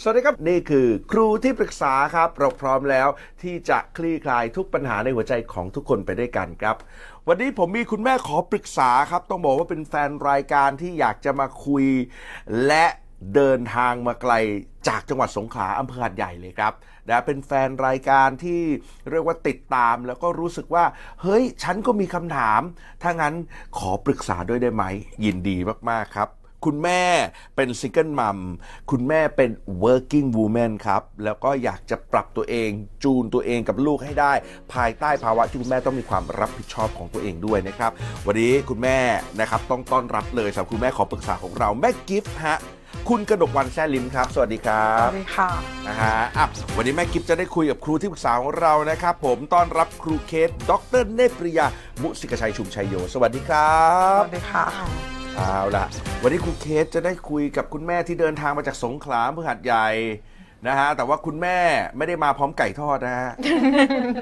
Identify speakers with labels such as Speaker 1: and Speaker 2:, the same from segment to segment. Speaker 1: สวัสดีครับ นี่คือครูที่ปรึกษาครับ เราพร้อมแล้วที่จะคลี่คลายทุกปัญหาในหัวใจของทุกคนไปด้วยกันครับ วันนี้ผมมีคุณแม่ขอปรึกษาครับ ต้องบอกว่าเป็นแฟนรายการที่อยากจะมาคุย และเดินทางมาไกลจากจังหวัดสงขลาอำเภอหัดใหญ่เลยครับนะเป็นแฟนรายการที่เรียกว่าติดตามแล้วก็รู้สึกว่า เฮ้ย ฉันก็มีคำถาม ถ้างั้นขอปรึกษาด้วยได้ไหม ยินดีมากๆครับ คุณแม่เป็นซิงเกิลมัม คุณแม่เป็น working woman ครับ แล้วก็อยากจะปรับตัวเอง จูนตัวเองกับลูกให้ได้ ภายใต้ภาวะที่คุณแม่ต้องมีความรับผิดชอบของตัวเองด้วยนะครับ วันนี้คุณแม่นะครับต้องต้อนรับเลยสำหรับคุณแม่ขอปรึกษาของเราแม่กิฟต์ฮะ คุณกนกวันแซ่ลิมครับ สวัสดีครับ
Speaker 2: สวัสดีค่ะ
Speaker 1: นะฮะอ่ะวันนี้แม่กิฟจะได้คุยกับครูที่ปรึกษาของเรานะครับ ผมต้อนรับครูเคสดรเนตรปริยา มุสิกชัยชุมชัยโย สวัสดีครั
Speaker 2: ส
Speaker 1: บ
Speaker 2: วัสดีค่ะ
Speaker 1: เอาล่ะ วันนี้ครูเคสจะได้คุยกับคุณแม่ที่เดินทางมาจากสงขลาเพื่อหัดใหญ่นะฮะ แต่ว่าคุณแม่ไม่ได้มาพร้อมไก่ทอดนะฮะ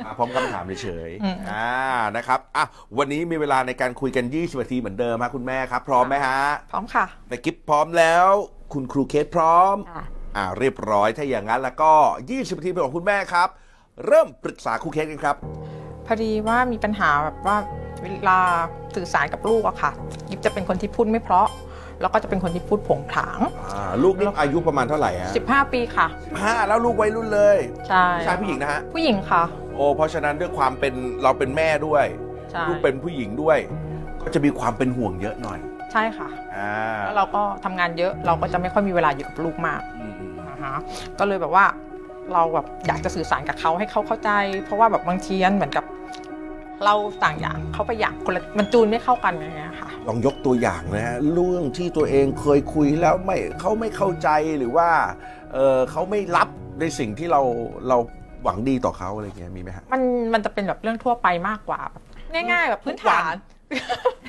Speaker 1: มาพร้อมคำถามเฉย
Speaker 2: อืม
Speaker 1: ๆอ่านะครับอ่ะวันนี้มีเวลาในการคุยกัน 20นาทีเหมือนเดิมฮะคุณแม่ครับ พร้อมไหมฮะ
Speaker 2: พร้อมค่ะ
Speaker 1: แม่กิฟพร้อมแล้ว คุณครูเคสพร้อม
Speaker 3: ค่ะ
Speaker 1: อ่าเรียบร้อยถ้าอย่างนั้นแล้วก็ 20นาทีเป็นของคุณแม่ครับ เริ่มปรึกษาครูเคสกันครับ
Speaker 2: พอดีว่ามีปัญหาแบบว่าเวลาสื่อสารกับลูกอะค่ะยิบจะเป็นคนที่พูดไม่เพราะ แล้วก็จะเป็นคนที่พูดผงผาง
Speaker 1: อ่าลูกนี่อายุประมาณเท่าไหร่ฮะ
Speaker 2: 15 ปีค่ะ
Speaker 1: ห้าแล้วลูกวัยรุ่นเลย
Speaker 2: ใช่
Speaker 1: ชายผู้หญิงนะฮะ
Speaker 2: ผู้หญิงค่ะ
Speaker 1: โอ้เพราะฉะนั้นด้วยความเป็นเราเป็นแม่ด้วย
Speaker 2: ใช่
Speaker 1: ลูกเป็นผู้หญิงด้วย ก็จะมีความเป็นห่วงเยอะหน่อย
Speaker 2: ใช่ค่ะ
Speaker 1: อ่า
Speaker 2: แล้วเราก็ทำงานเยอะ เราก็จะไม่ค่อยมีเวลาอยู่กับลูกมาก
Speaker 1: อืมอืม
Speaker 2: นะคะก็เลยแบบว่าเราแบบอยากจะสื่อสารกับเขาให้เขาเข้าใจ เพราะว่าแบบบางทีมันเหมือนกับ เราต่างอย่างเขาไปอย่างคนละมันจูนไม่เข้ากันอย่างเงี้ยค่ะ
Speaker 1: ลองยกตัวอย่างนะฮะเรื่องที่ตัวเองเคยคุยแล้วไม่เขาไม่เข้าใจหรือว่าเออเขาไม่รับในสิ่งที่เราเราหวังดีต่อเขาอะไรเงี้ยมีไหมฮะ
Speaker 2: มันมันจะเป็นแบบเรื่องทั่วไปมากกว่าแบบง่ายๆ แบบพื้นฐาน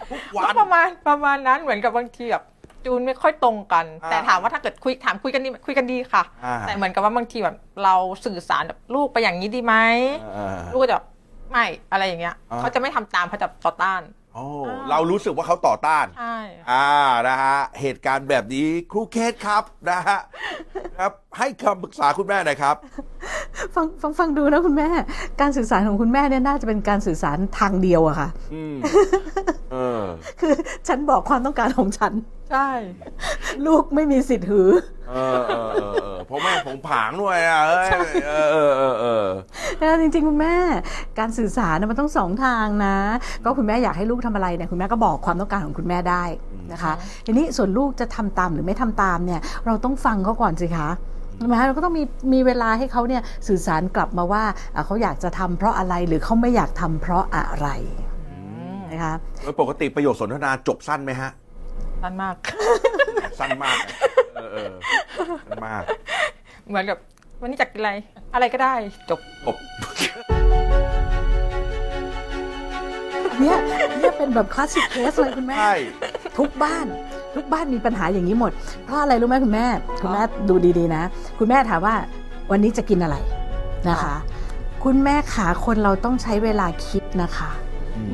Speaker 1: ทุก
Speaker 2: ก็
Speaker 1: วัน
Speaker 2: ประมาณประมาณนั้นเหมือนกับบางทีแบบจูนไม่ค่อยตรงกัน
Speaker 1: อ่า
Speaker 2: แต่ถามว่าถ้าเกิดคุยถามคุยกันดีคุยกันดีค่ะ
Speaker 1: อ่า
Speaker 2: แต่เหมือนกับว่าบางทีแบบเราสื่อสารแบบลูกไปอย่างนี้ดีไหม
Speaker 1: อ่า
Speaker 2: ลูกก็จะแบบไม่อะไรอย่างเงี้ย
Speaker 1: อ่า
Speaker 2: เขาจะไม่ทำตามเขาจะต่อต้าน
Speaker 1: โอ้
Speaker 2: อ่า
Speaker 1: เรารู้สึกว่าเขาต่อต้าน
Speaker 2: ใช่
Speaker 1: อ่านะฮะเหตุการณ์แบบนี้ครูเคสครับนะฮะครับให้คำปรึกษาคุณแม่หน่อยครับ
Speaker 3: ฟังฟังฟังดูนะคุณแม่ การสื่อสารของคุณแม่เนี่ยน่าจะเป็นการสื่อสารทางเดียวอะค่ะ
Speaker 1: อืมเออ
Speaker 3: คือฉันบอกความต้องการของฉัน
Speaker 2: ใช่
Speaker 3: ลูกไม่มีสิทธิ์หือ
Speaker 1: เออเออเออเออเพราะแม่ผมผางด้วยอ่ะเอ้ยเออเออเออเออ
Speaker 3: นะจริงๆคุณแม่ การสื่อสารน่ะมันต้องสองทางนะ ก็คุณแม่อยากให้ลูกทำอะไรเนี่ยคุณแม่ก็บอกความต้องการของคุณแม่ได้นะคะทีนี้ส่วนลูกจะทำตามหรือไม่ทำตามเนี่ย เราต้องฟังเขาก่อนสิคะใช่ไหมเราก็ต้องมีมีเวลาให้เขาเนี่ยสื่อสารกลับมาว่าอ่ะเขาอยากจะทำเพราะอะไรหรือเขาไม่อยากทำเพราะอะไรนะคะ
Speaker 1: โดยปกติประโยคสนทนาจบสั้นไหมฮะ
Speaker 2: นั่นมาก
Speaker 1: สั้นมากอะเออเออสั้นมาก
Speaker 2: เหมือนกับวันนี้จะกินอะไรอะไรก็ได้จบ
Speaker 1: จบ
Speaker 3: เนี่ยเนี่ยเป็นแบบคลาสสิกเคสเลยคุณแม่
Speaker 1: ใช่
Speaker 3: ทุกบ้าน ทุกบ้านมีปัญหาอย่างนี้หมด เพราะอะไรรู้ไหมคุณแม่ คุณแม่ดูดีๆนะ คุณแม่ถามว่าวันนี้จะกินอะไรนะคะ คุณแม่ขาคนเราต้องใช้เวลาคิดนะคะ
Speaker 1: อืม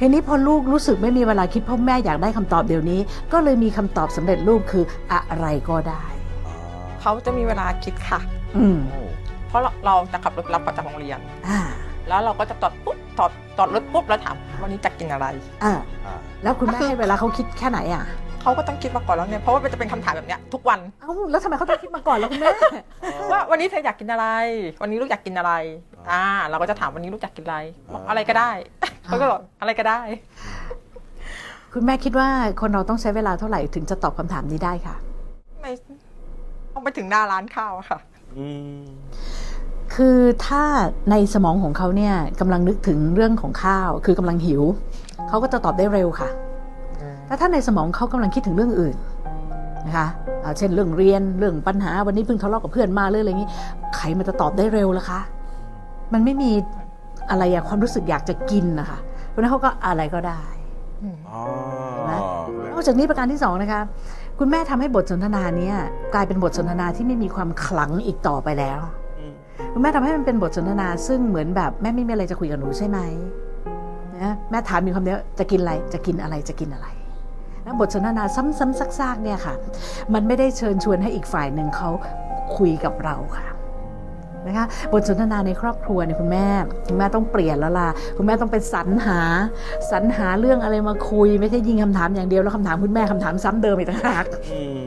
Speaker 3: ทีนี้พอลูกรู้สึกไม่มีเวลาคิดเพราะแม่อยากได้คำตอบเดี๋ยวนี้ ก็เลยมีคำตอบสำเร็จรูปคืออะไรก็ได้
Speaker 1: อ๋อ
Speaker 2: เขาจะมีเวลาคิดค่ะ
Speaker 3: อืม
Speaker 1: โอ้
Speaker 2: เพราะเราเราจะขับรถรับเขาจากโรงเรียน
Speaker 3: อ่า
Speaker 2: แล้วเราก็จะจอดปุ๊บจอดจอดรถปุ๊บแล้วถามวันนี้จะกินอะไร
Speaker 3: อ่า
Speaker 1: อ่า
Speaker 3: แล้วคุณแม่ให้เวลาเขาคิดแค่ไหนอ่ะ
Speaker 2: เขาก็ต้องคิดมาก่อนแล้วเนี่ยเพราะว่ามันจะเป็นคำถามแบบเนี้ยทุกวัน
Speaker 3: เอ้าแล้วทำไมเขาต้องคิดมาก่อนล่ะคุณแม่
Speaker 2: ว่าวันนี้เธออยากกินอะไร วันนี้ลูกอยากกินอะไรอ่าเราก็จะถามวันนี้ลูกอยากกินอะไรบอกอะไรก็ได้ เขาก็บอกอะไรก็ได้
Speaker 3: คุณแม่คิดว่าคนเราต้องใช้เวลาเท่าไหร่ถึงจะตอบคำถามนี้ได้ค่ะ
Speaker 2: ไม่ต้องไปถึงหน้าร้านข้าวอะค่ะ
Speaker 1: อืม
Speaker 3: คือถ้าในสมองของเขาเนี่ยกำลังนึกถึงเรื่องของข้าว คือกำลังหิว เขาก็จะตอบได้เร็วค่ะ แต่ถ้าในสมองเขากำลังคิดถึงเรื่องอื่นนะคะอ่าเช่นเรื่องเรียนเรื่องปัญหาวันนี้เพิ่งทะเลาะกับเพื่อนมาเรื่องอะไรอย่างนี้ ใครมันจะตอบได้เร็วล่ะคะ มันไม่มีอะไรอะความรู้สึกอยากจะกินนะคะ เพราะฉะนั้นเขาก็อะไรก็ได้
Speaker 2: อืม
Speaker 1: อ๋อ
Speaker 3: นอกจากนี้ประการที่สองนะคะคุณแม่ทำให้บทสนทนาเนี้ยกลายเป็นบทสนทนาที่ไม่มีความขลังอีกต่อไปแล้ว
Speaker 1: อืม
Speaker 3: คุณแม่ทำให้มันเป็นบทสนทนาซึ่งเหมือนแบบแม่ไม่มีอะไรจะคุยกับหนูใช่ไหมนะแม่ถามมีความเดียวจะกินอะไรจะกินอะไรจะกินอะไรนะบทสนทนาซ้ำๆซากๆเนี่ยค่ะ มันไม่ได้เชิญชวนให้อีกฝ่ายหนึ่งเขาคุยกับเราค่ะนะคะบทสนทนาในครอบครัวเนี่ยคุณแม่คุณแม่ต้องเปลี่ยนแล้วล่ะคุณแม่ต้องไปสรรหา สรรหาเรื่องอะไรมาคุย ไม่ใช่ยิงคำถามอย่างเดียวแล้วคำถามคุณแม่คำถามซ้ำเดิมอีกต่างหาก
Speaker 1: อืม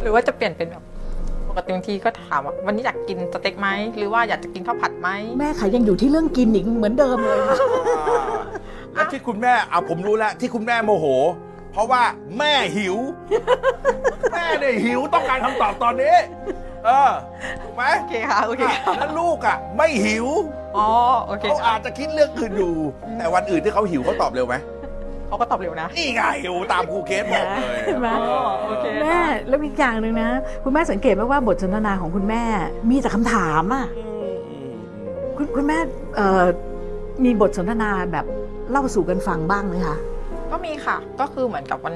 Speaker 2: หรือว่าจะเปลี่ยนเป็นแบบปกติบางทีก็ถามว่าวันนี้อยากกินสเต็กไหมหรือว่าอยากจะกินข้าวผัดไหม
Speaker 3: แม่ค่ะยังอยู่ที่เรื่องกินอีกเหมือนเดิมเลยค่ะ
Speaker 1: อ่าแล้วที่คุณแม่อ่ะผมรู้แล้วที่คุณแม่โมโห เพราะว่าแม่หิว แม่เนี่ยหิวต้องการคำตอบตอนนี้ เออถูกไหม
Speaker 2: โอเคค่ะโอเคค่ะ
Speaker 1: แล้วลูกอ่ะ ไม่หิว
Speaker 2: อ๋อโอเค
Speaker 1: เขา
Speaker 2: ค่ะ
Speaker 1: อาจจะคิดเรื่องอื่นอยู่ แต่วันอื่นที่เขาหิวเขาตอบเร็วไหม
Speaker 2: เขาก็ตอบเร็วนะ
Speaker 1: นี่ไงหิวตามครูเคสบอกเลย
Speaker 3: เห็นไหม
Speaker 1: เออ
Speaker 2: โอเค
Speaker 3: แม่แล้วอีกอย่างหนึ่งนะ คุณแม่สังเกตไหมว่าบทสนทนาของคุณแม่มีแต่คำถามอ่ะ
Speaker 1: อืมอืมอืม
Speaker 3: คุณคุณแม่เอ่อมีบทสนทนาแบบเล่าสู่กันฟังบ้างไหมคะ
Speaker 2: ก็มีค่ะ ก็คือเหมือนกับวัน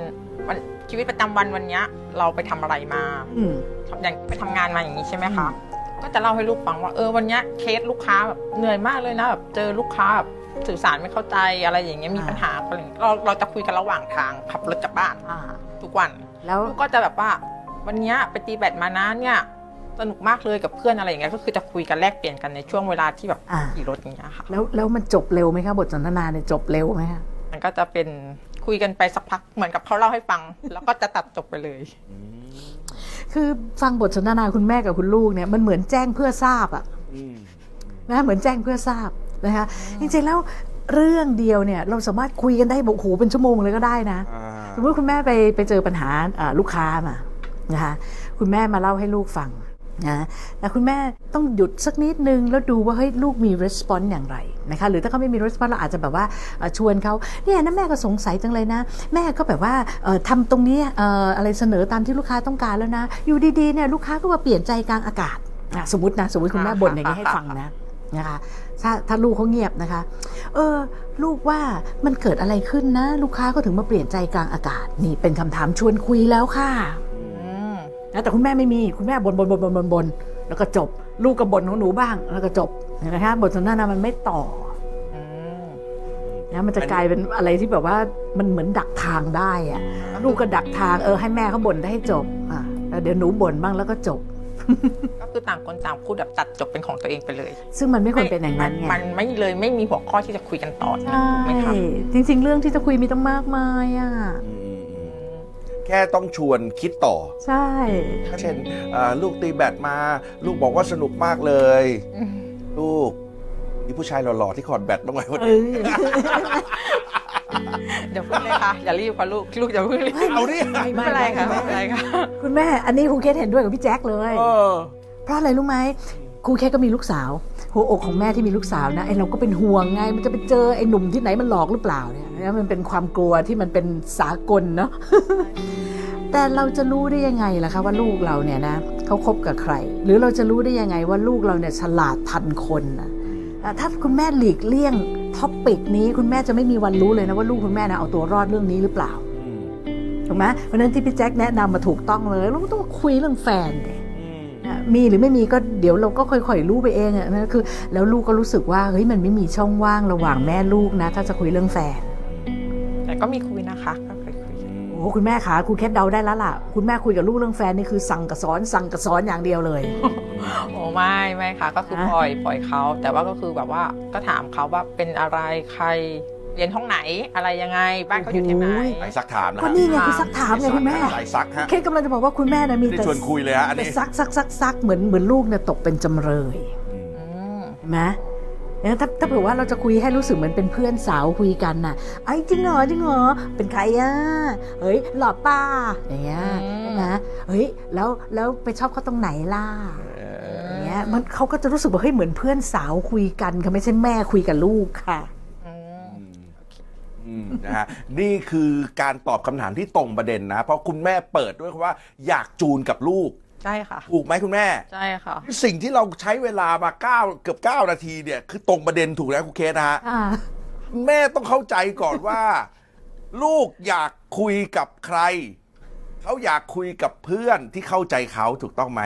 Speaker 2: วันชีวิตประจำวันวันเนี้ยเราไปทำอะไรมา
Speaker 3: อืม
Speaker 2: อย่างไปทำงานมาอย่างนี้ใช่ไหมคะ
Speaker 3: อืม
Speaker 2: ก็จะเล่าให้ลูกฟังว่า เออวันเนี้ยเคสลูกค้าแบบเหนื่อยมากเลยนะแบบเจอลูกค้าแบบสื่อสารไม่เข้าใจอะไรอย่างเงี้ยมีปัญหาอะไรอย่างเงี้ยเราเราจะคุยกันระหว่างทางขับรถกลับบ้าน
Speaker 3: อ่า
Speaker 2: ทุกวัน
Speaker 3: แล้ว
Speaker 2: ลูกก็จะแบบว่า วันเนี้ยไปตีแบดมานะเนี่ยสนุกมากเลยกับเพื่อนอะไรอย่างเงี้ยก็คือจะคุยกันแลกเปลี่ยนกันในช่วงเวลาที่แบบ
Speaker 3: อ่า
Speaker 2: ขี่รถอย่างเงี้ยค่ะ
Speaker 3: แล้วแล้วมันจบเร็วไหมคะบทสนทนาเนี่ยจบเร็วไหมคะ
Speaker 2: มันก็จะเป็นคุยกันไปสักพักเหมือนกับเขาเล่าให้ฟัง แล้วก็จะตัดจบไปเลย
Speaker 1: อืม
Speaker 3: คือฟังบทสนทนาคุณแม่กับคุณลูกเนี่ยมันเหมือนแจ้งเพื่อทราบอ่ะ
Speaker 1: อืม
Speaker 3: นะเหมือนแจ้งเพื่อทราบนะคะจริงๆแล้วเรื่องเดียวเนี่ยเราสามารถคุยกันได้บอกโอ้โหเป็นชั่วโมงเลยก็ได้นะ
Speaker 1: อ่า
Speaker 3: สมมติคุณแม่ไปไปเจอปัญหาเอ่อลูกค้ามานะคะคุณแม่มาเล่าให้ลูกฟังนะแล้วคุณแม่ต้องหยุดสักนิดนึง แล้วดูว่าเฮ้ยลูกมีรีสปอนส์อย่างไรนะคะหรือถ้าเขาไม่มีรีสปอนส์เราอาจจะแบบว่าเอ่อชวนเขาเนี่ยนะแม่ก็สงสัยจังเลยนะ แม่ก็แบบว่าเอ่อทำตรงนี้เอ่ออะไรเสนอตามที่ลูกค้าต้องการแล้วนะ อยู่ดีๆเนี่ยลูกค้าก็มาเปลี่ยนใจกลางอากาศอ่ะสมมตินะสมมติคุณแม่บ่นอย่างนี้ให้ฟังนะนะคะถ้าถ้าลูกเขาเงียบนะคะ เออ ลูกว่ามันเกิดอะไรขึ้นนะ ลูกค้าก็ถึงมาเปลี่ยนใจกลางอากาศ นี่เป็นคำถามชวนคุยแล้วค่ะ
Speaker 2: อืม
Speaker 3: นะแต่คุณแม่ไม่มีคุณแม่บนบนบนบนบนบนแล้วก็จบ ลูกก็บ่นของหนูบ้าง แล้วก็จบเห็นะคะบทสนทนามันไม่ต่อ
Speaker 2: อืม
Speaker 3: นะมันจะกลายเป็นอะไรที่แบบว่ามันเหมือนดักทางได้อะลูกก็ดักทางเออให้แม่เขาบ่นได้ให้จบอ่ะแล้วเดี๋ยวหนูบ่นบ้างแล้วก็จบ
Speaker 2: ก็คือต่างคนต่างพูดแบบตัดจบเป็นของตัวเองไปเลย
Speaker 3: ซึ่งมันไม่ควรเป็นอย่างนั้นไง
Speaker 2: มันไม่เลยไม่มีหัวข้อที่จะคุยกันต่อ
Speaker 3: ใช่
Speaker 2: ไหมคะ
Speaker 3: จริง ๆ เรื่องที่จะคุยมีต้องมากมายอ่ะ
Speaker 1: อืมอืมอืมแค่ต้องชวนคิดต่อ
Speaker 3: ใช่
Speaker 1: เช่นเอ่อลูกตีแบดมา ลูกบอกว่าสนุกมากเลย
Speaker 2: อืม
Speaker 1: ลูกมีผู้ชายหล่อๆที่ขอดแบดบ้างไหมวะ
Speaker 3: เออ
Speaker 2: เดี๋ยวพึ่งเลยค่ะ อย่ารีบค่ะลูกลูกอย่าพึ่งรีบ
Speaker 3: ไม่
Speaker 1: เอาดิ
Speaker 3: ไม่
Speaker 2: ไม่เป็นไรค่ะไม่เป็นไรค่ะ
Speaker 3: คุณแม่อันนี้ครูเคสเห็นด้วยกับพี่แจ็คเลย
Speaker 1: เออ
Speaker 3: เพราะอะไรรู้ไหมครูเคสก็มีลูกสาว หัวอกของแม่ที่มีลูกสาวนะไอเราก็เป็นห่วงไง มันจะไปเจอไอหนุ่มที่ไหนมันหลอกหรือเปล่าเนี่ยนะมันเป็นความกลัวที่มันเป็นสากลเนาะ แต่เราจะรู้ได้ยังไงล่ะคะว่าลูกเราเนี่ยนะเขาคบกับใคร หรือเราจะรู้ได้ยังไงว่าลูกเราเนี่ยฉลาดทันคนนะอ่ะถ้าคุณแม่หลีกเลี่ยงท็อปิกนี้คุณแม่จะไม่มีวันรู้เลยนะว่าลูกคุณแม่นะเอาตัวรอดเรื่องนี้หรือเปล่า
Speaker 1: อืม
Speaker 3: ถูกไหมเพราะฉะนั้นที่พี่แจ็คแนะนำมาถูกต้องเลยเราก็ต้องคุยเรื่องแฟนดิ
Speaker 1: อืม
Speaker 3: อ่ะมีหรือไม่มีก็เดี๋ยวเราก็ค่อยๆรู้ไปเองอ่ะนะคือ แล้วลูกก็รู้สึกว่าเฮ้ยมันไม่มีช่องว่างระหว่างแม่ลูกนะ ถ้าจะคุยเรื่องแฟน
Speaker 2: แต่ก็มีคุยนะคะก็เคยคุย
Speaker 3: โอ้โหคุณแม่คะคุณแคทเดาได้แล้วล่ะ คุณแม่คุยกับลูกเรื่องแฟนนี่คือสั่งกับสอนสั่งกับสอนอย่างเดียวเลย
Speaker 2: โอ้ไม่ไม่ค่ะ ก็คือ
Speaker 3: ฮะ
Speaker 2: ปล่อยปล่อยเขาแต่ว่าก็คือแบบว่าก็ถามเขาว่าเป็นอะไรใครเรียนห้องไหนอะไรยังไง บ้านเขาอยู่ที่ไหน
Speaker 1: สายซักถามนะ
Speaker 3: ก็นี่ไงคือซักถามไงคุณแม่
Speaker 1: สายซักฮะ
Speaker 3: เคทกำลังจะบอกว่าคุณแม่นะมี
Speaker 1: นี่
Speaker 3: แต่
Speaker 1: ชวนคุยเลยฮะอัน
Speaker 3: แต่
Speaker 1: นี้
Speaker 3: ซักซักซักซักเหมือนเหมือนลูกเนี่ยตกเป็นจำเลย
Speaker 1: อืม
Speaker 2: อืม
Speaker 3: เห็นไหมเนี่ยถ้าถ้าเผื่อว่าเราจะคุยให้รู้สึกเหมือนเป็นเพื่อนสาวคุยกันน่ะไอ้ยจริงเหรอจริงเหรอเป็นใครอ่ะเฮ้ยหล่อป้าอย่างเงี้ยใช่ไหมเฮ้ยแล้วแล้วไปชอบเขาตรงไหนล่ะ
Speaker 1: เออ
Speaker 3: อย่างเงี้ยมันเขาก็จะรู้สึกว่าเฮ้ยเหมือนเพื่อนสาวคุยกันค่ะไม่ใช่แม่คุยกับลูกค่ะ
Speaker 2: อืม
Speaker 1: อืมอืมนะ ฮะนี่คือการตอบคำถามที่ตรงประเด็นนะ เพราะคุณแม่เปิดด้วยว่า อยากจูนกับลูก
Speaker 2: ใช่ค่ะ
Speaker 1: ถูกไหมคุณแม่
Speaker 2: ใช่ค่ะ
Speaker 1: สิ่งที่เราใช้เวลามาเก้าเกือบ 9 นาทีเนี่ย คือตรงประเด็นถูกแล้วคุณเคสนะฮะ
Speaker 3: อ่า
Speaker 1: แม่ต้องเข้าใจก่อนว่า ลูกอยากคุยกับใคร เขาอยากคุยกับเพื่อนที่เข้าใจเขาถูกต้องไหม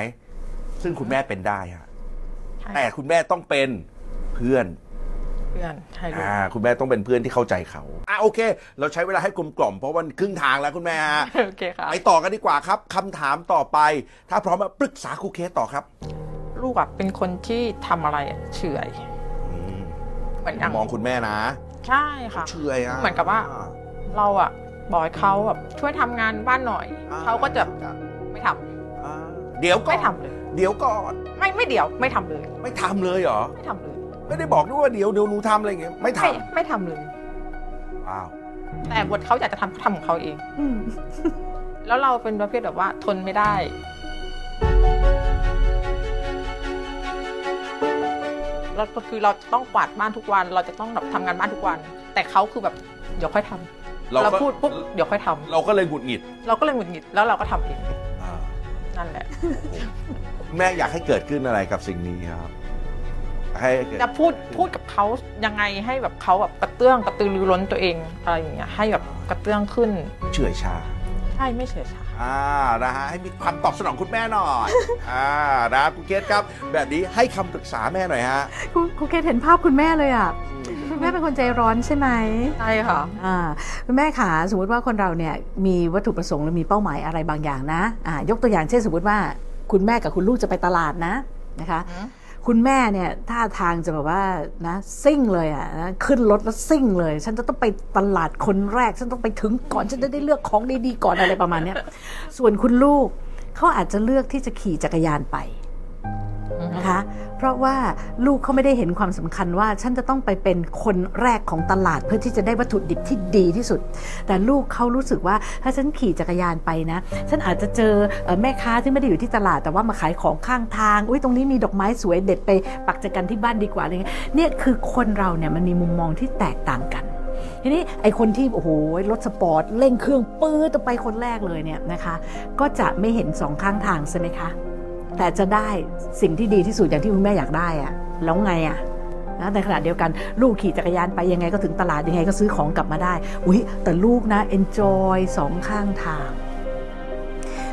Speaker 1: ซึ่งคุณแม่เป็นได้ฮะ
Speaker 2: ใช่
Speaker 1: แต่คุณแม่ต้องเป็นเพื่อน
Speaker 2: เพื่อนใช่ลูก
Speaker 1: อ่าคุณแม่ต้องเป็นเพื่อนที่เข้าใจเขาอ่ะโอเค เราใช้เวลาให้กลมกล่อมเพราะวันครึ่งทางแล้วคุณแม่ฮะ
Speaker 2: โอเคค่ะ
Speaker 1: ไปต่อกันดีกว่าครับคำถามต่อไป ถ้าพร้อมแล้วปรึกษาครูเคสต่อครับ
Speaker 2: ลูกอะเป็นคนที่ทำอะไรอะเฉอย
Speaker 1: อืม
Speaker 2: เหมือนอย่าง
Speaker 1: มองคุณแม่นะ
Speaker 2: ใช่ค่ะ
Speaker 1: เชื่อยอ่ะ
Speaker 2: เหมือนกับว่า เราอะบอกให้เขาแบบช่วยทำงานบ้านหน่อย
Speaker 1: อ่
Speaker 2: เขาก็จะ
Speaker 1: อ่
Speaker 2: ไม่ทำ
Speaker 1: าเดี๋ยวก่
Speaker 2: ไม่
Speaker 1: อน
Speaker 2: ทำเลย
Speaker 1: เดี๋ยวก่อน
Speaker 2: ไม่ไม่เดี๋ยวไม่ทำเลย
Speaker 1: ไม่ทำเลยเหรอ
Speaker 2: ไม่ทำเลย
Speaker 1: ไม่ได้บอกด้วยว่าเดี๋ยวเดี๋ยวหนูทำอะไรอย่างเงี้ยไม่ท
Speaker 2: ไม่ไม่ทำเลย
Speaker 1: ำอ้าว
Speaker 2: แต่บทเขาอยากจะทำเขาทำของเขาเอง
Speaker 3: อืม
Speaker 2: แล้วเราเป็นประเภทแบบว่าทนไม่ได้ เราก็คือเราจะต้องกวาดบ้านทุกวัน เราจะต้องแบบทำงานบ้านทุกวัน แต่เขาคือแบบเดี๋ยวค่อยทำเรา
Speaker 1: ก็
Speaker 2: พูดปุ๊บเดี๋ยวค่อยทำ
Speaker 1: เราก็เลยหงุดหงิด
Speaker 2: เราก็เลยหงุดหงิดแล้วเราก็ทำเอง
Speaker 1: อ่า
Speaker 2: นั่นแหละ
Speaker 1: แม่อยากให้เกิดขึ้นอะไรกับสิ่งนี้ครับให้เกิด
Speaker 2: จะพูดพูดกับเขายังไงให้แบบเขาแบบกระเตื้องกระตือรือร้นตัวเองอะไรอย่างเงี้ยให้แบบกระเตื้องขึ้น
Speaker 1: เฉื่อยชา
Speaker 2: ใช่ไม่เฉยชา
Speaker 1: อ่า นะฮะ ให้มีความตอบสนองคุณแม่หน่อย อ่า นะคุณเกศครับ แบบนี้ให้คำปรึกษาแม่หน่อยฮะ
Speaker 3: ครูครูเกดเห็นภาพคุณแม่เลยอ่ะ คุณแม่เป็นคนใจร้อนใช่ไหม
Speaker 2: ใช่ค่ะ
Speaker 3: อ่าคุณแม่ขาสมมติว่าคนเราเนี่ยมีวัตถุประสงค์หรือมีเป้าหมายอะไรบางอย่างนะอ่ายกตัวอย่างเช่นสมมติว่า คุณแม่กับคุณลูกจะไปตลาดนะนะคะ คุณแม่เนี่ยท่าทางจะแบบว่านะซิ่งเลยอ่ะนะขึ้นรถแล้วซิ่งเลย ฉันจะต้องไปตลาดคนแรก ฉันต้องไปถึงก่อนฉันจะได้เลือกของดีๆก่อนอะไรประมาณเนี้ยส่วนคุณลูกเขาอาจจะเลือกที่จะขี่จักรยานไป นะคะเพราะว่าลูกเขาไม่ได้เห็นความสำคัญว่าฉันจะต้องไปเป็นคนแรกของตลาดเพื่อที่จะได้วัตถุดิบที่ดีที่สุด แต่ลูกเขารู้สึกว่าถ้าฉันขี่จักรยานไปนะ ฉันอาจจะเจอเอ่อแม่ค้าที่ไม่ได้อยู่ที่ตลาดแต่ว่ามาขายของข้างทางอุ้ยตรงนี้มีดอกไม้สวยเด็ดไปปักจักกันที่บ้านดีกว่าอะไรเงี้ยเนี่ยคือคนเราเนี่ยมันมีมุมมองที่แตกต่างกัน ทีนี้ไอคนที่โอ้โหรถสปอร์ตเร่งเครื่องปื้อต้องไปคนแรกเลยเนี่ยนะคะ ก็จะไม่เห็นสองข้างทางใช่ไหมคะ แต่จะได้สิ่งที่ดีที่สุดอย่างที่คุณแม่อยากได้อะแล้วไงอะนะในขณะเดียวกันลูกขี่จักรยานไปยังไงก็ถึงตลาดยังไงก็ซื้อของกลับมาได้ อุ๊ย แต่ลูกนะ enjoy สองข้างทาง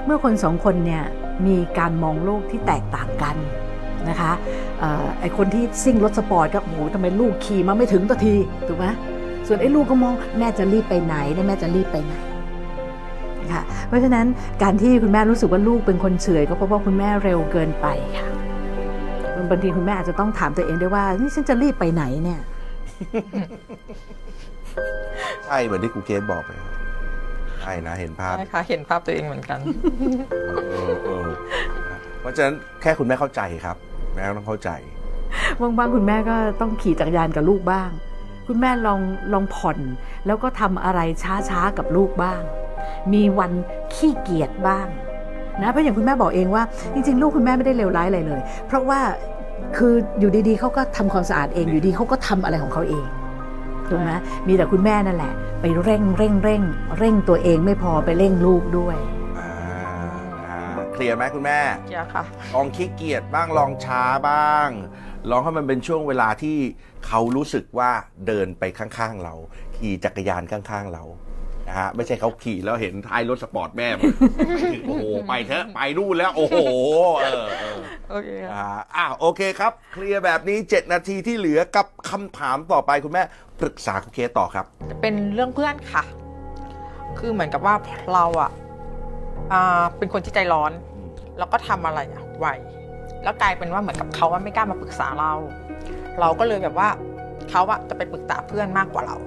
Speaker 3: เมื่อคนสองคนเนี่ยมีการมองโลกที่แตกต่างกันนะคะเออไอคนที่ซิ่งรถสปอร์ตก็โอ้โหทำไมลูกขี่มาไม่ถึงตักทีถูกไหมส่วนไอ้ลูกก็มองแม่จะรีบไปไหนเนี่ยแม่จะรีบไปไหนค่ะ เพราะฉะนั้นการที่คุณแม่รู้สึกว่าลูกเป็นคนเฉอยก็เพราะว่าคุณแม่เร็วเกินไปค่ะบางทีคุณแม่อาจจะต้องถามตัวเองด้วยว่า นี่ฉันจะรีบไปไหนเนี่ย
Speaker 1: ใช่ เหมือนที่ครูเกศบอกเลยครับใช่นะ เห็นภาพ
Speaker 2: ใช่ค่ะ เห็นภาพตัวเองเหมือนกัน
Speaker 1: เออเออเพราะฉะนั้นแค่คุณแม่เข้าใจครับ แม่ต้องเข้าใจ
Speaker 3: บางๆคุณแม่ก็ต้องขี่จักรยานกับลูกบ้าง คุณแม่ลองลองผ่อน แล้วก็ทำอะไรช้าๆกับลูกบ้าง มีวันขี้เกียจบ้างนะเพราะอย่างคุณแม่บอกเองว่า จริงๆ ลูกคุณแม่ไม่ได้เลวร้ายอะไรเลย เพราะว่าคืออยู่ดีๆเขาก็ทำความสะอาดเองอยู่ดีเขาก็ทำอะไรของเขาเองถูกไหมมีแต่คุณแม่นั่นแหละ ไปเร่งเร่งเร่งเร่งตัวเองไม่พอไปเร่งลูกด้วย
Speaker 1: อ่าอ่าเคลียร์ไหมคุณแม่
Speaker 2: เกียร์ค่ะ
Speaker 1: ลองขี้เกียจบ้างลองช้าบ้าง ลองให้มันเป็นช่วงเวลาที่เขารู้สึกว่าเดินไปข้างๆเรา ขี่จักรยานข้างๆเรานะฮะไม่ใช่เขาขี่แล้วเห็นท้ายรถสปอร์ตแม่ โอ้โหไปเถอะไปนู่นแล้ว โอ้โหเออเออ
Speaker 2: โอเคค่ะ
Speaker 1: อ่าอ่ะโอเคครับ เคลียร์แบบนี้ 7 นาทีที่เหลือกับคำถามต่อไปคุณแม่ปรึกษาคุณเคสต่อครับ
Speaker 2: เป็นเรื่องเพื่อนค่ะ คือเหมือนกับว่าเราอะอ่าเป็นคนที่ใจร้อน
Speaker 1: อืม
Speaker 2: แล้วก็ทำอะไรอะไว แล้วกลายเป็นว่าเหมือนกับเขาว่าไม่กล้ามาปรึกษาเรา เราก็เลยแบบว่าเขาอะจะไปปรึกษาเพื่อนมากกว่าเรา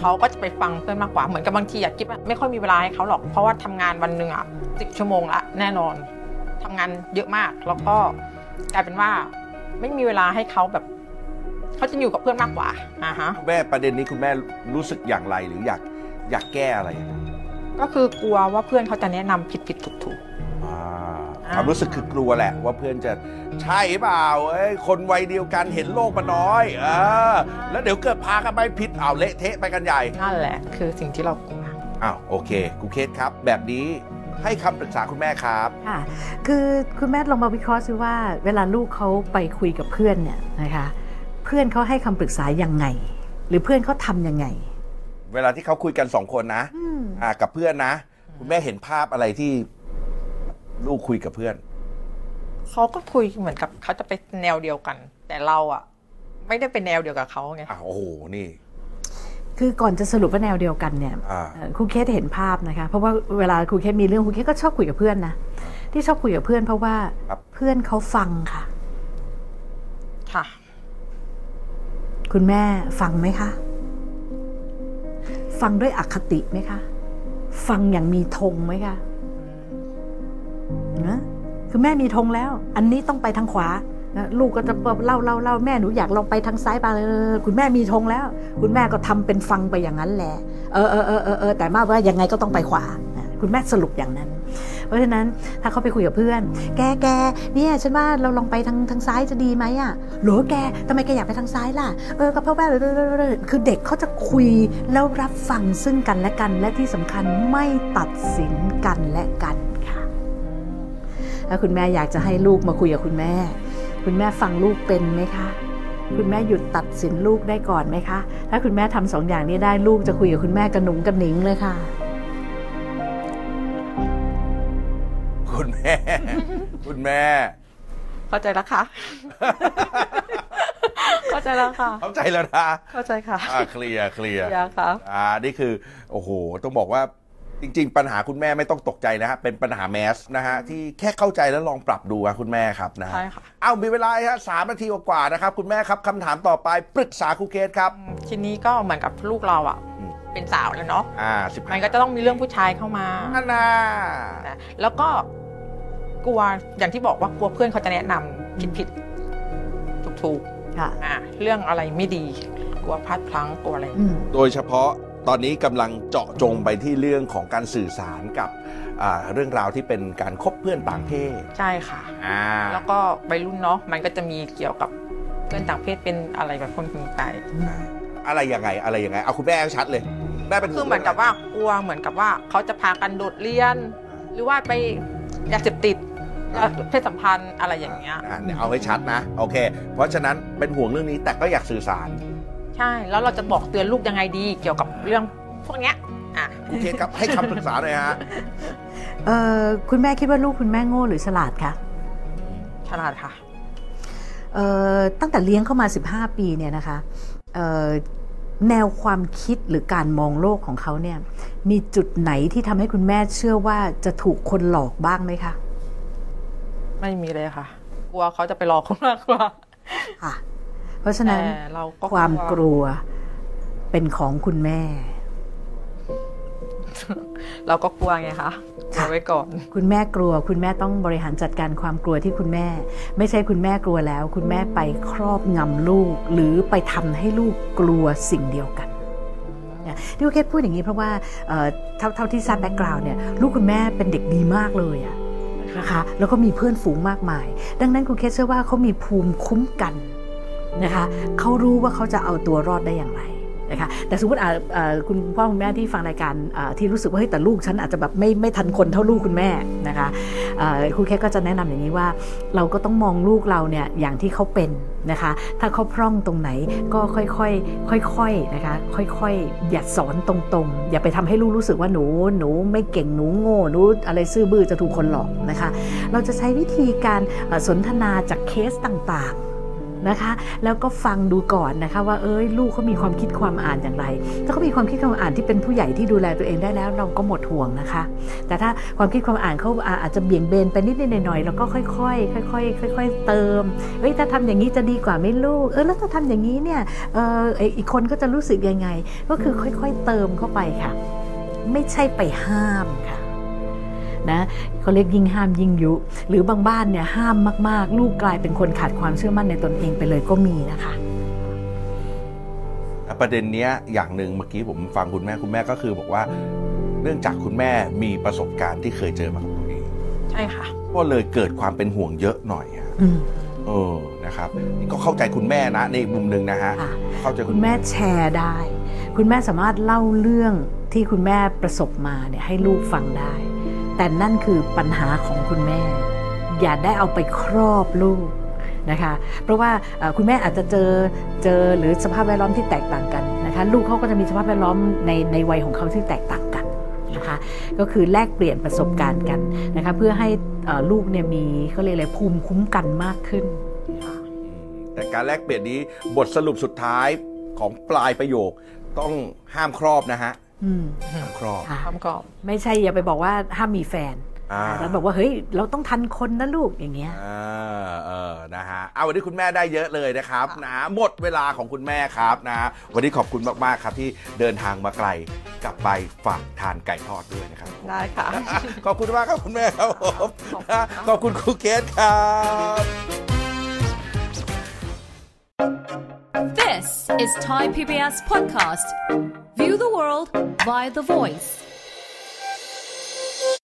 Speaker 2: เขาก็จะไปฟังเพื่อนมากกว่า เหมือนกับบางทีอะกิ๊บอะไม่ค่อยมีเวลาให้เขาหรอก เพราะว่าทำงานวันหนึ่งอะสิบชั่วโมงละแน่นอนทำงานเยอะมาก แล้วก็กลายเป็นว่าไม่มีเวลาให้เขาแบบ เขาจะอยู่กับเพื่อนมากกว่าอ่าฮะ
Speaker 1: แม่ประเด็นนี้คุณแม่รู้สึกอย่างไรหรืออยากอยากแก้อะไร
Speaker 2: ก็คือกลัวว่าเพื่อนเขาจะแนะนำผิดผิดถูกถูก
Speaker 1: อ่าความรู้สึกคือกลัวแหละว่าเพื่อนจะใช่เปล่าเอ้ยคนวัยเดียวกันเห็นโลกมาน้อยเออแล้วเดี๋ยวเกิดพากันไปผิดเอาวเละเทะไปกันใหญ่
Speaker 2: นั่นแหละคือสิ่งที่เรากลัว
Speaker 1: อ้าวโอเคกูเคสครับ แบบนี้ให้คำปรึกษาคุณแม่ครับ
Speaker 3: ค่ะ คือคุณแม่ลองมาวิเคราะห์ซิว่าเวลาลูกเขาไปคุยกับเพื่อนเนี่ยนะคะ เพื่อนเขาให้คำปรึกษายังไง หรือเพื่อนเขาทำยังไง
Speaker 1: เวลาที่เขาคุยกันสองคนนะ
Speaker 3: อืม
Speaker 1: อ่ากับเพื่อนนะ คุณแม่เห็นภาพอะไรที่ลูกคุยกับเพื่อน
Speaker 2: เขาก็คุยเหมือนกับเขาจะไปแนวเดียวกัน แต่เราอะไม่ได้เป็นแนวเดียวกับเขาไง
Speaker 1: อ่าโอ้โหนี่
Speaker 3: คือก่อนจะสรุปว่าแนวเดียวกันเนี่ย
Speaker 1: อ่า
Speaker 3: เอ่อครูเคสเห็นภาพนะคะ เพราะว่าเวลาครูเคสมีเรื่องครูเคสก็ชอบคุยกับเพื่อนนะที่ชอบคุยกับเพื่อนเพราะว่า
Speaker 1: ครับ
Speaker 3: เพื่อนเขาฟังค่ะ
Speaker 2: ค่ะ
Speaker 3: คุณแม่ฟังไหมคะ ฟังด้วยอคติไหมคะ ฟังอย่างมีธงไหมคะนะคือแม่มีธงแล้ว อันนี้ต้องไปทางขวานะลูกก็จะเล่าเล่าเล่าแม่หนูอยากลองไปทางซ้ายไปเออคุณแม่มีธงแล้ว คุณแม่ก็ทำเป็นฟังไปอย่างนั้นแหละ เออเออเออเออเออแต่มาว่ายังไงก็ต้องไปขวานะคุณแม่สรุปอย่างนั้น เพราะฉะนั้นถ้าเขาไปคุยกับเพื่อน แกแกเนี่ยฉันว่าเราลองไปทางทางซ้ายจะดีไหมอ่ะหรอแกทำไมแกอยากไปทางซ้ายล่ะ เออก็เพราะว่าคือเด็กเขาจะคุยแล้วรับฟังซึ่งกันและกัน และที่สำคัญไม่ตัดสินกันและกันค่ะ ถ้าคุณแม่อยากจะให้ลูกมาคุยกับคุณแม่ คุณแม่ฟังลูกเป็นไหมคะ คุณแม่หยุดตัดสินลูกได้ก่อนไหมคะ ถ้าคุณแม่ทำสองอย่างนี้ได้ลูกจะคุยกับคุณแม่กระหนุงกระหนิงเลยค่ะ
Speaker 1: คุณแม่ คุณแม่
Speaker 2: เข้าใจแล้วค่ะ เข้าใจแล้วค่ะ
Speaker 1: เข้าใจแล้วนะ
Speaker 2: เข้าใจค่ะ
Speaker 1: อ่าเคลียร์เคลียร์
Speaker 2: ยาค่ะ
Speaker 1: อ่านี่คือ โอ้โห ต้องบอกว่าจริง ๆ ปัญหาคุณแม่ไม่ต้องตกใจนะฮะเป็นปัญหาแมสนะฮะที่แค่เข้าใจแล้วลองปรับดูอะคุณแม่ครับนะฮะ
Speaker 2: ใช่ค่ะ
Speaker 1: เอ้ามีเวลาฮะสามนาทีกว่าๆนะครับ คุณแม่ครับคำถามต่อไปปรึกษาครูเกตครับ
Speaker 2: ทีนี้ก็เหมือนกับลูกเราอะ
Speaker 1: อืม
Speaker 2: เป็นสาวแล้วเนาะ
Speaker 1: อ่าสิบ
Speaker 2: มันก็จะต้องมีเรื่องผู้ชายเข้ามา
Speaker 1: อันนา
Speaker 2: นะแล้วก็กลัวอย่างที่บอกว่ากลัวเพื่อนเขาจะแนะนำผิดผิดถูกถูก
Speaker 3: ค่ะ
Speaker 2: ๆอ่ะเรื่องอะไรไม่ดี กลัวพลาดพลั้งกลัวอะไร
Speaker 3: อืม
Speaker 1: โดยเฉพาะตอนนี้กำลังเจาะจงไปที่เรื่องของการสื่อสารกับอ่าเรื่องราวที่เป็นการคบเพื่อนต่างเพศ
Speaker 2: ใช่ค่ะ
Speaker 1: อ่า
Speaker 2: แล้วก็วัยรุ่นเนาะมันก็จะมีเกี่ยวกับเพื่อนต่างเพศเป็นอะไรแบบคนหึงตาย
Speaker 1: อะไรยังไงอะไรยังไงเอาคุณแม่ชัดเลยแม่เป็น
Speaker 2: คือเหมือนกับว่ากลัวเหมือนกับว่าเขาจะพากันโดดเรียน หรือว่าไปยาเสพติดแล้วเพศสัมพันธ์อะไรอย่างเงี้ย
Speaker 1: อ่าเนี่ยเอาให้ชัดนะ โอเค เพราะฉะนั้นเป็นห่วงเรื่องนี้แต่ก็อยากสื่อสาร
Speaker 2: ใช่แล้วเราจะบอกเตือนลูกยังไงดีเกี่ยวกับเรื่องพวกเนี้ยอ่ะ
Speaker 1: คุณเคสครับให้คำปรึกษาหน่อยฮะ
Speaker 3: เอ่อคุณแม่คิดว่าลูกคุณแม่โง่หรือฉลาดคะ
Speaker 2: ฉลาดค่ะ
Speaker 3: เอ่อตั้งแต่เลี้ยงเข้ามา 15 ปีเนี่ยนะคะเอ่อแนวความคิดหรือการมองโลกของเขาเนี่ยมีจุดไหนที่ทำให้คุณแม่เชื่อว่าจะถูกคนหลอกบ้างไหมคะ
Speaker 2: ไม่มีเลยค่ะ กลัวเขาจะไปหลอกคนมากกว่า
Speaker 3: ค่ะ เพราะฉะ
Speaker 2: แต่
Speaker 3: นั้น
Speaker 2: เราก็
Speaker 3: ความกลัวเป็นของคุณแม่
Speaker 2: เราก็กลัวไงคะกลั
Speaker 3: ค่ะ
Speaker 2: วไว้ก่อน
Speaker 3: คุณแม่กลัว คุณแม่ต้องบริหารจัดการความกลัวที่คุณแม่ ไม่ใช่คุณแม่กลัวแล้ว คุณแม่ไปครอบงำลูก หรือไปทำให้ลูกกลัวสิ่งเดียวกันเนี่ยที่โอเคพูดอย่างนี้เพราะว่าเอ่อเท่าเท่าที่ทราบแบ็กกราวน์เนี่ยลูกคุณแม่เป็นเด็กดีมากเลยอะนะคะแล้วก็มีเพื่อนฝูงมากมาย ดังนั้นคุณเคสเชื่อว่าเขามีภูมิคุ้มกันนะคะเขารู้ว่าเขาจะเอาตัวรอดได้อย่างไรนะคะแต่สมมติอ่ะเอ่อคุณพ่อคุณแม่ที่ฟังรายการเอ่อที่รู้สึกว่าเฮ้ยแต่ลูกฉันอาจจะแบบไม่ไม่ทันคนเท่าลูกคุณแม่นะคะเอ่อครูแค่ก็จะแนะนำอย่างนี้ว่า เราก็ต้องมองลูกเราเนี่ยอย่างที่เขาเป็นนะคะ ถ้าเขาพร่องตรงไหนก็ค่อยๆค่อยๆนะคะ ค่อยๆ อย่าสอนตรงๆ อย่าไปทำให้ลูกรู้สึกว่าหนูหนูไม่เก่งหนูโง่หนูอะไรซื่อบื้อจะถูกคนหลอกนะคะ เราจะใช้วิธีการเอ่อสนทนาจากเคสต่างๆนะคะ แล้วก็ฟังดูก่อนนะคะ ว่าเอ้ยลูกเขามีความคิดความอ่านอย่างไร ถ้าเขามีความคิดความอ่านที่เป็นผู้ใหญ่ที่ดูแลตัวเองได้แล้ว เราก็หมดห่วงนะคะ แต่ถ้าความคิดความอ่านเขาอ่าอาจจะเบี่ยงเบนไปนิดๆหน่อยๆแล้วก็ค่อยๆค่อยๆค่อย ๆ เติมเอ้ยถ้าทำอย่างนี้จะดีกว่าไหมลูกเออแล้วถ้าทำอย่างนี้เนี่ยเออไอ้อีกคนก็จะรู้สึกยังไง ก็คือค่อย ๆ เติมเข้าไปค่ะ ไม่ใช่ไปห้ามค่ะนะเขาเรียกยิ่งห้ามยิ่งยุ หรือบางบ้านเนี่ยห้ามมากๆ ลูกกลายเป็นคนขาดความเชื่อมั่นในตนเองไปเลยก็มีนะคะ
Speaker 1: ประเด็นเนี้ยอย่างหนึ่งเมื่อกี้ผมฟังคุณแม่คุณแม่ก็คือบอกว่า เนื่องจากคุณแม่มีประสบการณ์ที่เคยเจอมากับตัวเอง
Speaker 2: ใช่ค่ะ
Speaker 1: ก็เลยเกิดความเป็นห่วงเยอะหน่อยฮะ
Speaker 3: อืม
Speaker 1: เออนะครับนี่ก็เข้าใจคุณแม่นะในมุมหนึ่งนะฮะ
Speaker 3: ค่ะ
Speaker 1: เข้าใจ
Speaker 3: คุ
Speaker 1: คุณ ณแม่
Speaker 3: แม่แชร์ได้ คุณแม่สามารถเล่าเรื่องที่คุณแม่ประสบมาเนี่ยให้ลูกฟังได้ แต่นั่นคือปัญหาของคุณแม่ อย่าได้เอาไปครอบลูกนะคะ เพราะว่าเอ่อคุณแม่อาจจะเจอเจอหรือสภาพแวดล้อมที่แตกต่างกัน นะคะลูกเขาก็จะมีสภาพแวดล้อมในในวัยของเขาที่แตกต่างกันนะคะ ก็คือแลกเปลี่ยนประสบการณ์กันนะคะเพื่อให้เอ่อลูกเนี่ยมีเขาเรียกอะไรภูมิคุ้มกันมากขึ้น
Speaker 1: แต่การแลกเปลี่ยนนี้บทสรุปสุดท้ายของปลายประโยค ต้องห้ามครอบนะฮะ
Speaker 3: อืม
Speaker 1: ห้ามครอบ
Speaker 3: ค่ะ
Speaker 2: คำกรอบ
Speaker 3: ไม่ใช่อย่าไปบอกว่าห้ามมีแฟน
Speaker 1: อ่า
Speaker 3: แล้วบอกว่าเฮ้ยเราต้องทันคนนะลูกอย่างเงี้ย
Speaker 1: อ่าเออนะฮะเอาวันนี้คุณแม่ได้เยอะเลยนะครับนะหมดเวลาของคุณแม่ครับนะ วันนี้ขอบคุณมากๆครับที่เดินทางมาไกลกลับไปฝากทานไก่ทอดด้วย นะครับ
Speaker 2: ได้ค่ะ
Speaker 1: ขอบคุณมากครับคุณแม่ครับผม
Speaker 2: ครับ
Speaker 1: ขอบคุณครูเคสครับ
Speaker 4: This is Thai PBS Podcast. View the world via the voice.